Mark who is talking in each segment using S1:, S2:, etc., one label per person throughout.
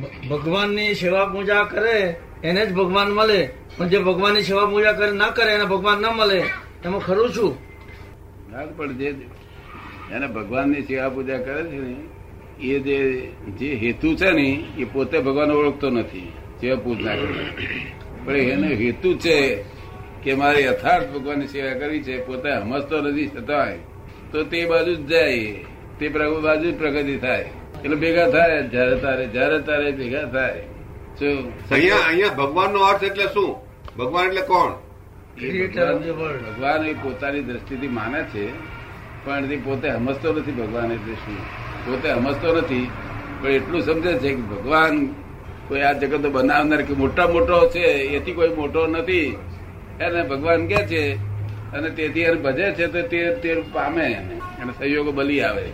S1: ભ- ભગવાનની સેવા પૂજા કરે એને જ ભગવાન મળે પણ જે ભગવાનની સેવા પૂજા કરે ના કરે એને ભગવાન ન મળે એમાં ખરું છું
S2: ના પણ જે એને ભગવાનની સેવા પૂજા કરે છે ને એ જે જે હેતુ છે ને એ પોતે ભગવાન ઓળખતો નથી સેવા પૂજના કરે પણ એનો હેતુ છે કે મારે યથાર્થ ભગવાનની સેવા કરવી છે પોતે સમજતો નથી છતાંય તો તે બાજુ જ જાય તે પ્રભુ બાજુ જ પ્રગતિ થાય એટલે ભેગા થાય જ્યારે તારે જ્યારે તારે ભેગા થાય શું?
S3: અહીંયા અહીંયા ભગવાનનો અર્થ એટલે શું ભગવાન એટલે કોણ
S2: એ
S1: Creator of the world.
S2: ભગવાન ભગવાન એ પોતાની દ્રષ્ટિથી માને છે પણ તે પોતે સમજતો નથી ભગવાન એટલે શું પોતે સમજતો નથી પણ એટલું સમજે છે કે ભગવાન કોઈ આ જગત બનાવનાર કે મોટા મોટો છે એથી કોઈ મોટો નથી એને ભગવાન કે છે અને તેથી એને ભજે છે તો તે તે પામે એને એને સહયોગો બલી આવે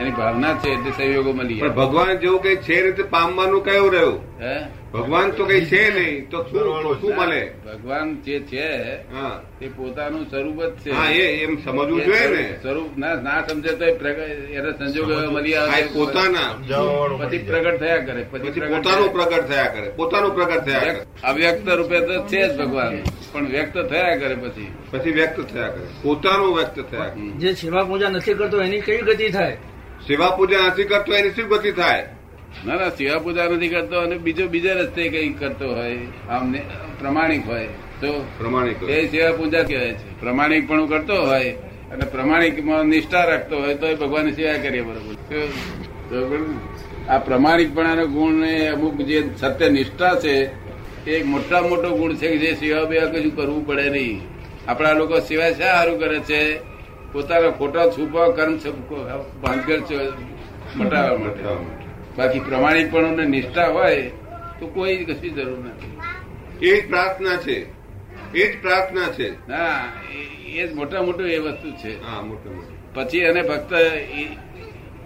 S2: એની ભાવના છે એટલે સહયોગો મળી
S3: પણ
S2: આવે
S3: ભગવાન જેવું કઈ છે રીતે પામવાનું કયું રહ્યું
S2: હે
S3: ભગવાન તો કઈ છે નહીં તો શું શું મળે
S2: ભગવાન જે છે
S3: હા
S2: તે પોતાનું સ્વરૂપ જ છે
S3: હા એ એમ સમજવું જોઈએ ને
S2: સ્વરૂપ ના ના સમજે તો એ પ્રગ- એને સંજોગ એવા મળી
S3: આ
S2: આવે
S3: એ પોતાના
S2: પછી પ્રગટ થયા કરે પછી
S3: પછી
S2: પ્રગટ
S3: પોતાનું
S2: થયા.
S3: પ્રગટ થયા કરે પોતાનું પ્રગટ થયા કરે
S2: અવ્યક્ત રૂપે તો છે જ ભગવાન પણ વ્યક્ત થયા કરે પછી
S3: પછી વ્યક્ત થયા કરે પોતાનું વ્યક્ત થયા કરે.
S1: જે સેવા પૂજા નથી કરતો એની કઈ ગતિ થાય
S3: સેવા પૂજા નથી કરતો એની શું ગતિ થાય
S2: ના ના સેવા પૂજા નથી કરતો અને બીજો બીજા રસ્તે કઈ કરતો હોય આમ ને- પ્રમાણિક હોય તો
S3: પ્રમાણિક હોય.
S2: એ સેવા પૂજા કહેવાય છે પ્રમાણિકપણું કરતો હોય અને પ્રમાણિકમાં નિષ્ઠા રાખતો હોય તો એ ભગવાનની સેવા કરીએ બરોબર તો- તો બરોબર. આ પ્રમાણિકપણાનો ગુણ એ અમુક જે સત્ય નિષ્ઠા છે એ એક મોટા મોટો ગુણ છે કે જે સેવા બેવા કશું કરવું પડે નહીં આપણા લોકો સેવા શા સારું કરે છે પોતાના ખોટા છુપા કર્મ છુપા ભાંગર છે મટાવવા માટે બાકી પ્રમાણિકપણું ને નિષ્ઠા હોય તો કોઈ કશી જરૂર નથી
S3: એ જ પ્રાર્થના છે એ જ પ્રાર્થના છે
S2: ના એ- એ જ મોટા મોટું એ વસ્તુ છે
S3: હા મોટું મોટું
S2: પછી એને ફક્ત એ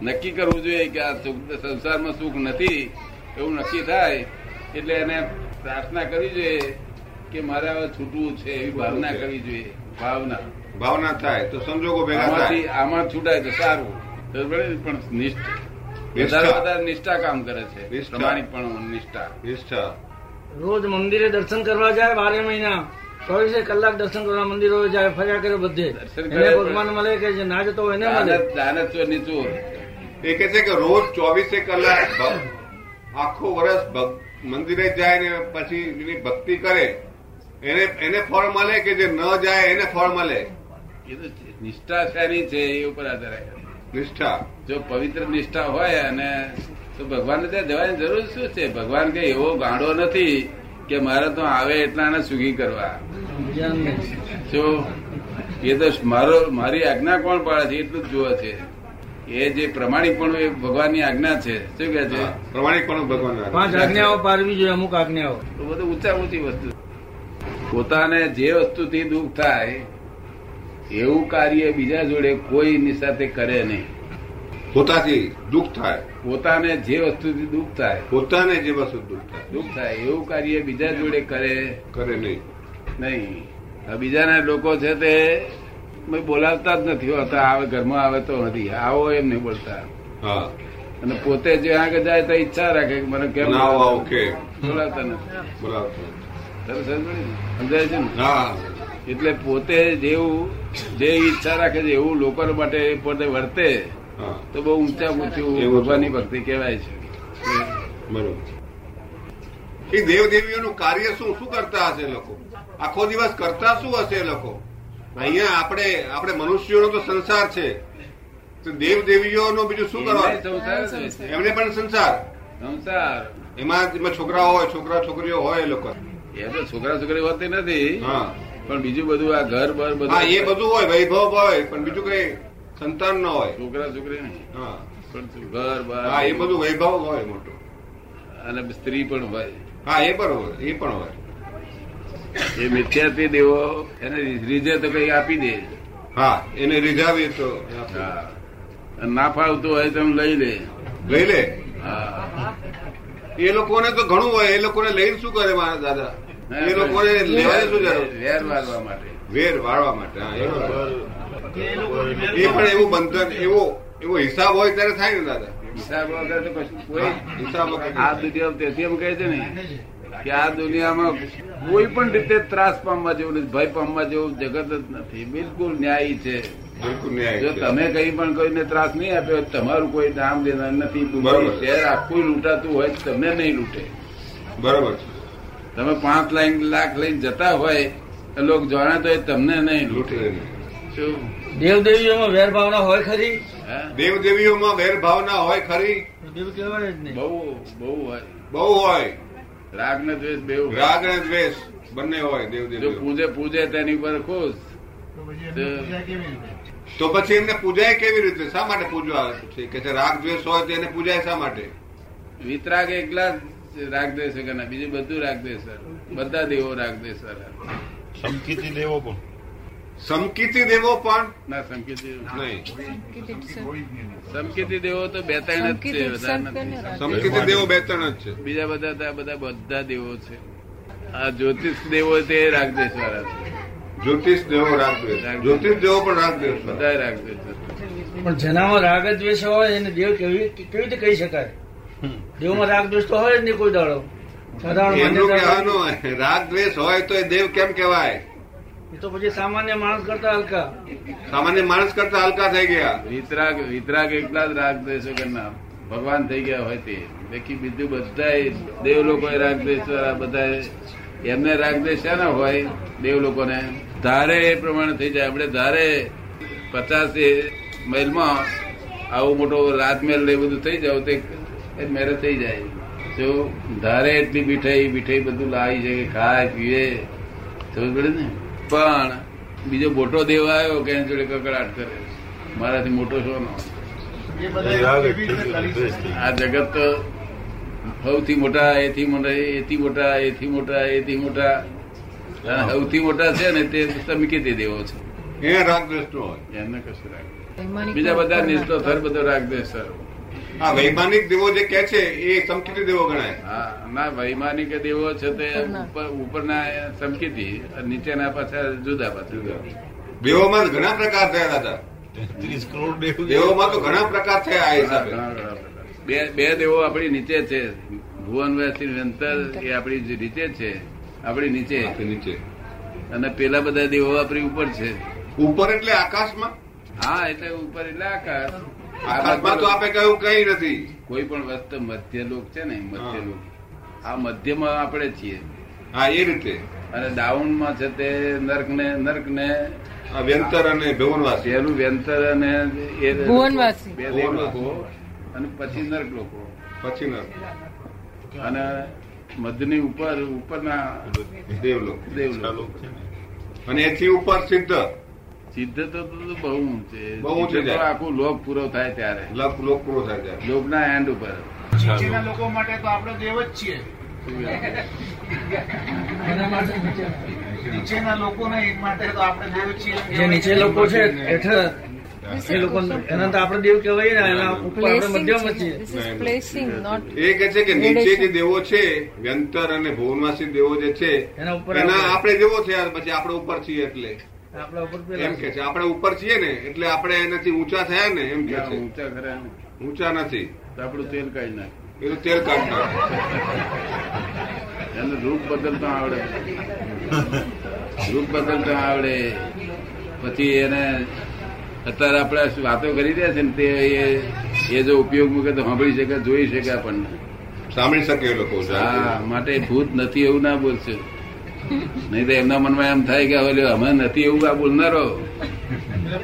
S2: નક્કી કરવું જોઈએ કે આ સુખ સંસારમાં સુખ નથી એવું નક્કી થાય એટલે એને પ્રાર્થના કરવી જોઈએ કે મારે હવે છૂટવું છે એવી ભાવના કરવી જોઈએ ભાવના
S3: ભાવના થાય તો સંજોગો ભેગા
S2: આમાંથી
S3: થાય
S2: આમાં છૂટાય તો સારું બરોબર ને? પણ નિષ્ઠ
S3: નિષ્ઠા.
S2: વધારે વધારે નિષ્ઠા કામ કરે છે
S3: નિષ્ઠા.
S2: પ્રમાણિકપણું નિષ્ઠા
S3: નિષ્ઠા
S1: રોજ મંદિરે દર્શન કરવા જાય બારે મહિના ચોવીસે કલાક દર્શન કરવા મંદિરો જાય ફર્યા કરે બધે
S2: દર્શન કરે
S1: એને
S2: પણ-
S1: ભગવાન મળે કે જે ના જતો હોય એને મળે
S2: દાનત દાનત ચોરની ચોર
S3: એ કે છે કે રોજ ચોવીસે કલાક ભ- આખો વર્ષ ભ- મંદિરે જાય ને પછી એની ભક્તિ કરે એને એને ફળ મળે કે જે ન જાય એને ફળ મળે
S2: એ તો નિષ્ઠા શાની છે એ ઉપર આધાર રાખે
S3: નિષ્ઠા
S2: જો પવિત્ર નિષ્ઠા હોય અને તો ભગવાનને ત્યાં જવાની જરૂર શું છે ભગવાન કઈ એવો ગાંડો નથી કે મારે તો આવે એટલાને સુખી કરવા
S1: બીજાને નહીં.
S2: જો એ તો મારો મારી આજ્ઞા કોણ પાડે છે એટલું જ જુએ છે એ જે પ્રમાણિકપણું એ ભગવાનની આજ્ઞા છે શું કહે છે
S3: હા, પ્રમાણિકપણું ભગવાન
S1: પાંચ આજ્ઞાઓ પાડવી જોઈએ અમુક આજ્ઞાઓ
S2: તો બધું ઊંચા ઊંચી વસ્તુ પોતાને જે વસ્તુથી દુઃખ થાય એવું કાર્ય બીજા જોડે કોઈની સાથે કરે નહીં
S3: પોતાથી દુઃખ થાય
S2: પોતાને જે વસ્તુથી દુઃખ થાય
S3: પોતાને જે વસ્તુ દુઃખ થાય
S2: દુઃખ થાય એવું કાર્ય બીજા જોડે કરે
S3: કરે નહીં
S2: નહીં આ બીજાના લોકો છે તે કોઈ બોલાવતા જ નથી હોતા આવે ઘરમાં આવે તો નથી આવો એમ નહીં બોલતા
S3: હા
S2: અને પોતે જે આગળ જાય તો ઈચ્છા રાખે કે મને કેમ
S3: ના આવો, ઓકે
S2: બોલાવતા નથી
S3: બરાબર
S2: સરસ સમજાય ને? સમજાય છે ને
S3: હા
S2: એટલે પોતે જેવું જે ઈચ્છા રાખે છે એવું લોકો માટે પોતે વર્તે
S3: હા
S2: તો બહુ ઊંચા ઊંચું
S3: એવું છે.
S2: ભગવાનની ભક્તિ કહેવાય છે
S3: બરોબર એ દેવદેવીઓનું કાર્ય શું શું કરતા હશે એ લોકો આખો દિવસ કરતા શું હશે એ લોકો અહીંયા આપણે આપણે મનુષ્યોનો તો સંસાર છે તો દેવદેવીઓનો બીજું શું
S2: એમાંય
S3: કરવા
S2: સંસાર જ હોય છે.
S3: એમને પણ સંસાર
S2: સંસાર
S3: એમાં એમાં છોકરાઓ હોય છોકરા છોકરીઓ હોય એ લોકો
S2: એ તો છોકરા છોકરી હોતી નથી
S3: હા
S2: પણ બીજું બધું આ ઘર બર બધું
S3: હા એ બધું હોય વૈભવ હોય પણ બીજું કઈ સંતાન ન હોય
S2: છોકરા છોકરી નહીં
S3: હા
S2: પણ ઘર બાર
S3: હા એ બધું વૈભવ હોય મોટું
S2: અને સ્ત્રી પણ હોય
S3: હા એ પણ હોય એ પણ હોય
S2: એ મિથ્યાથી દેવો એને રીઝે તો કઈ આપી દે
S3: હા એને રીઝાવીએ તો
S2: હા. અને ના ફાવતું હોય તો એમ લઈ લે
S3: લઈ લે
S2: હા.
S3: એ લોકોને તો ઘણું હોય એ લોકોને લઈને શું કરે મારા દાદા એ લોકોને લેવાને શું જરૂર
S2: વેર વાળવા માટે
S3: વેર વાળવા માટે હા, એ બરાબર. એ પણ એવું બંધન એવો એવો હિસાબ હોય ત્યારે થાય ને દાદા
S2: હિસાબ વગર તો કશું કોઈ
S3: હિસાબ વગર.
S2: આ દુનિયામાં તેથી એમ કહે છે ને કે આ દુનિયામાં કોઈ પણ રીતે ત્રાસ પામવા જેવું નથી ભય પામવા જેવું જગત જ નથી બિલકુલ ન્યાયી છે
S3: બિલકુલ ન્યાય
S2: જો
S3: છે.
S2: તમે કઈ પણ કોઈને ત્રાસ નહીં આપ્યો હોય, તમારું કોઈ નામ લેનાર નથી
S3: બરાબર.
S2: તમારું શહેર આખું લૂંટાતું હોય તો તમને નહીં લૂંટે
S3: બરાબર છે
S2: તમે પાંચ લાખ લાખ લઈને જતા હોય તો લોકો જાણે તો એ તમને નહીં લૂંટે
S3: લૂંટે
S2: શું
S1: દેવદેવીઓમાં વેર ભાવના હોય ખરી
S2: હા?
S3: દેવદેવીઓમાં વેરભાવના હોય ખરી
S1: એવું કહેવાય જ નહીં
S2: બહુ બહુ હોય
S3: બહુ હોય
S2: રાગ ને દ્વેષ બેઉ હોય.
S3: રાગ અને દ્વેષ બંને હોય
S2: જો
S3: દેવદેવીઓ
S2: પૂજે પૂજે તેની પર ખુશ
S3: તો પછી એમને પૂજાય કેવી રીતે શા માટે પૂજવા છે કે છે રાગ દ્વેષ હોય તો એને પૂજાય શા માટે
S2: વિતરાગ એકલા જ રાગ દ્વેષ વગરના બીજું બધું રાગ દ્વેષ વાળું. બધા દેવો રાગ દ્વેષ વાળા.
S4: સમકીતી દેવો પણ
S3: સમકીતી દેવો પણ
S2: ના સંકેતી
S3: નહીં
S2: સંકેતી દેવો તો બે ત્રણ જ છે
S5: સંકેતી,
S2: વધારે નથી.
S5: સંકેત.
S3: સમકીતી દેવો બે ત્રણ જ છે
S2: બીજા બધા તો આ બધા બધા દેવો છે આ જ્યોતિષ દેવો તે રાગ દ્વેષ વાળા છે
S3: જ્યોતિષ દેવો રાગ દ્વેષ જ્યોતિષ દેવો પણ રાગ દ્વેષ વાળા.
S2: બધા રાગ દ્વેષ વાળા.
S1: પણ જેનામાં રાગ જ દ્વેષ હોય એને દેવ કેવી કેવી રીતે કહી શકાય દેવમાં રાગ દ્વેષ તો હોય જ નહીં કોઈ દાડો સાધારણ
S3: એમનું
S1: માન્યતા
S3: કહેવાનું રાગ દ્વેષ હોય તો એ દેવ કેમ કહેવાય
S1: એ તો પછી સામાન્ય માણસ કરતા હલકા
S3: સામાન્ય માણસ કરતા હલકા થઈ ગયા
S2: વિતરાગ વિતરાગ એકલા જ રાગ દ્વેષ વગરના ભગવાન થઈ ગયા હોય તે બાકી બીજું બધા દેવ લોકો રાગ દ્વેષ વાળા બધા એમને રાગ દ્વેષ શાના હોય દેવ લોકોને ધારે એ પ્રમાણે થઈ જાય આપણે ધારે પચાસ મહેલમાં આવો મોટો રાજમહેલ ને એ બધું થઈ જાવ તે મેરેજ થઈ જાય જો ધારે એટલી મીઠાઈ મીઠાઈ બધું લાવી છે ખાય પીવે સમજ પડે ને પણ બીજો મોટો દેવ આવ્યો કે એની જોડે કકડાટ કરે મારાથી મોટો છો નો
S4: રાગ એટલે દ્વેષ થઈ
S2: આ જગત તો સૌથી મોટા એથી મોટા એથી મોટા એથી મોટા એથી મોટા અને સૌથી મોટા છે ને તે સમિકેતી દેવો છે
S3: એ રાગ દ્વેષ નો હોય
S2: એમને કશું રાખ
S5: વૈમાનિક
S2: બીજા બધા
S5: ઉપરના.
S2: નિષ્ઠો થર બધો રાખ દે સર
S3: આ વૈમાનિક દેવો જે કે છે એ સમકીતી દેવો ગણાય
S2: હા ના વૈમાનિક દેવો છે તે ઉપર ઉપરના એ સમકીતી અને નીચેના પાછા જુદા પાછા
S3: દેવોમાં ઘણા પ્રકાર થયા હતા
S4: તેત્રીસ કરોડ દેવ
S3: દેવોમાં તો ઘણા પ્રકાર થયા આ
S2: હા,
S3: હિસાબે
S2: ઘણા બધા પ્રકાર. બે બે દેવો આપણી નીચે છે ભુવન વ્યાસી વેંતર એ આપણી જે નીચે છે આપણી નીચે
S3: હાથી નીચે
S2: અને પેલા બધા દેવો આપણી ઉપર છે
S3: ઉપર એટલે આકાશમાં
S2: હા એટલે ઉપર એટલે આકાશ
S3: આકાશમાં તો આપે કહ્યું કઈ નથી
S2: કોઈ પણ વસ્તુ મધ્ય લોક છે ને મધ્ય
S3: હા.
S2: લોક આ મધ્યમાં આપણે છીએ
S3: હા એ રીતે
S2: અને ડાઉનમાં છે તે નર્ક ને નર્ક ને
S3: આ વ્યંતર અને ભુવનવાસી
S2: પહેલું વેંતર અને એ
S5: ભુવનવાસી.
S2: બે દેવ લોકો અને પછી નર્ક લોકો
S3: પછી ના
S2: અને મધ્યની ઉપર ઉપરના
S3: દેવલો
S2: દેવ લોકો
S4: ચાલો છે ને.
S3: અને એથી ઉપર સિદ્ધ
S2: સિદ્ધ તો બધું બહુ ઊંચે
S3: બહુ ઊંચે
S2: સિદ્ધ તો
S3: જાય.
S2: આખું લોક પૂરો થાય ત્યારે
S3: લપ લોક પૂરો થાય ત્યારે.
S2: લોકના એન્ડ ઉપર
S4: ચાલો.
S6: લોકો માટે તો આપણે દેવ જ છીએ
S1: એના માટે
S6: નીચેના લોકોને માટે તો આપણે દેવ છીએ
S1: જે નીચે લોકો છે હેઠળ એ લોકો એના તો આપણે દેવ કહેવાય ને એના ઉપર આપણે
S5: Placing
S1: મધ્યમ જ
S5: છે.
S1: છીએ
S5: This is placing, not
S3: એ કે છે કે નીચે જે
S5: Gradation.
S3: દેવો છે વ્યંતર અને ભુવનવાસી દેવો જે છે
S1: એના ઉપર
S3: એના
S1: આપણે-
S3: આપણે દેવો થયા પછી આપણે ઉપર છીએ એટલે
S1: આપણા ઉપર પેલા
S3: એમ કે છે આપણે ઉપર છીએ ને એટલે આપણે એનાથી ઊંચા થયા ને એમ કે
S2: ના,
S3: છે
S2: ઊંચા ખરા ને
S3: ઊંચા નથી
S2: તો આપણું તેલ કાઢી નાખે
S3: એનું તેલ કાઢતા
S2: એનું રૂપ બદલતા આવડે રૂપ બદલતા આવડે પછી એને અત્યારે આપણે શું વાતો કરી રહ્યા છે ને તે એ- એ જો ઉપયોગ મૂકે તો સાંભળી શકે જોઈ શકે આપણને
S3: સાંભળી શકે એ લોકો
S2: હા માટે ભૂત નથી એવું ના બોલશે નહીં તો એમના મનમાં એમ થાય કે હવે લ્યો, અમે નથી એવું આ બોલનારો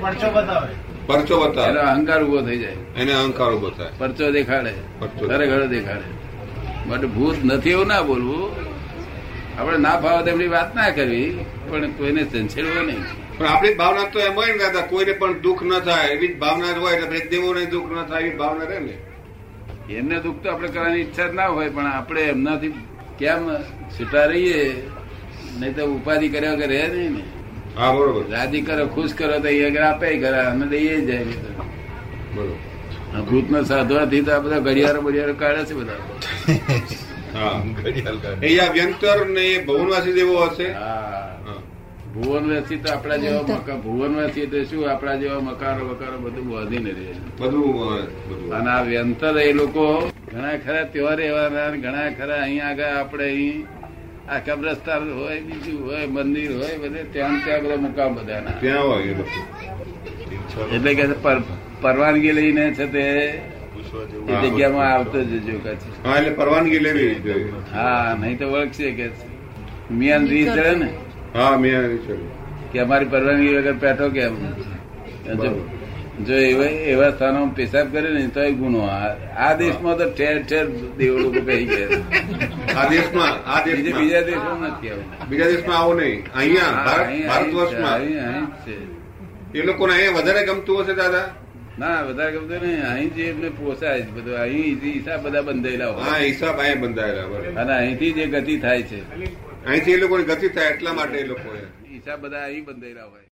S6: પડચો બતાવે
S3: પરચો
S2: એનો
S3: બતાવે
S2: અહંકાર ઉભો થઈ જાય
S3: એને અહંકાર ઉભો થાય
S2: પરચો દેખાડે
S3: પરચો.
S2: ખરેખર દેખાડે બટ ભૂત નથી એવું ના બોલવું આપણે ના ભાવ તેમની વાત ના કરવી પણ કોઈને સંછેડવો નહીં
S3: પણ આપણી ભાવના તો એમ હોય ને દાદા કોઈને પણ દુઃખ ન થાય એવી જ ભાવના જ હોય એટલે પછી દેવોને દુઃખ ન થાય એવી ભાવના રહે ને
S2: એમને દુઃખ તો આપણે કરવાની ઈચ્છા જ ના હોય પણ આપણે એમનાથી કેમ છૂટા રહીએ નહીં તો ઉપાધિ કર્યા વગર રહે નહીં ને
S3: હા બરોબર
S2: રાજી કરો ખુશ કરો તો એ આગળ આપે ખરા અમે દઈએ જ જાય નહીં તો.
S3: બરોબર
S2: આ ભૂતના સાધવાથી તો આ બધા ઘડિયાળો બડિયાળો કાઢે છે બધા
S3: હા
S4: ઘડિયાળ કાઢી.
S3: એ આ વ્યંતર ને એ ભવનવાસી દેવો હશે
S2: હા
S3: હા.
S2: ભુવનવાસી તો આપણા જેવા મકાન ભુવનવાસી એટલે શું આપણા જેવા મકાનો વકારો બધું વધીને રહે છે
S3: બધું અ, બધું
S2: અને આ વ્યંતર એ લોકો ઘણા ખરા ત્યોર રહેવાના અને ઘણા ખરા અહીંયા આગળ આપણે અહીં આ કબ્રસ્તાન હોય બીજું હોય મંદિર હોય બધે ત્યાં ને ત્યાં બધા મુકામ બધાના
S3: ત્યાં હોય એ લોકો
S2: એટલે કે પર- પરવાનગી લઈને છે તે
S4: પૂછવા જેવું
S2: એ જગ્યામાં આવતો જજો કે છે
S3: હા એટલે પરવાનગી લેવી જોઈએ
S2: હા નહીં તો ઓળખશે કે છે. મિયાન રીત છે ને
S3: હા મેં
S2: કે અમારી પરવાનગી વગર પેટો કેમ જો
S3: બરાબર.
S2: જો એવા એવા સ્થાનો પેશાબ કરે ને તો એ ગુનો આ આ દેશમાં તો ઠેર ઠેર દેવ લોકો કહી ગયા
S3: આ દેશમાં આ
S2: બીજે
S3: દેશમાં
S2: બીજા દેશોમાં નથી આવું
S3: બીજા દેશમાં આવું નહીં અહીંયા
S2: હા,
S3: ભારત
S2: અહીં-
S3: ભારત
S2: અહીં જ છે,
S3: વર્ષમાં
S2: અહીં- અહીં જ છે.
S3: એ લોકોને અહીંયા વધારે ગમતું હશે દાદા
S2: ના વધારે ગમતું ને અહીં જે એમને પોસાય છે બધું અહીં ઈથી હિસાબ બધા બંધાયેલા
S3: હા
S2: હોય
S3: હિસાબ અહીંયા બંધાયેલા બરાબર
S2: અને અહીંથી જે ગતિ થાય છે
S3: અહીંથી એ લોકોની ગતિ થાય એટલા માટે એ લોકોએ
S2: હિસાબ બધા અહીં બંધાયેલા હોય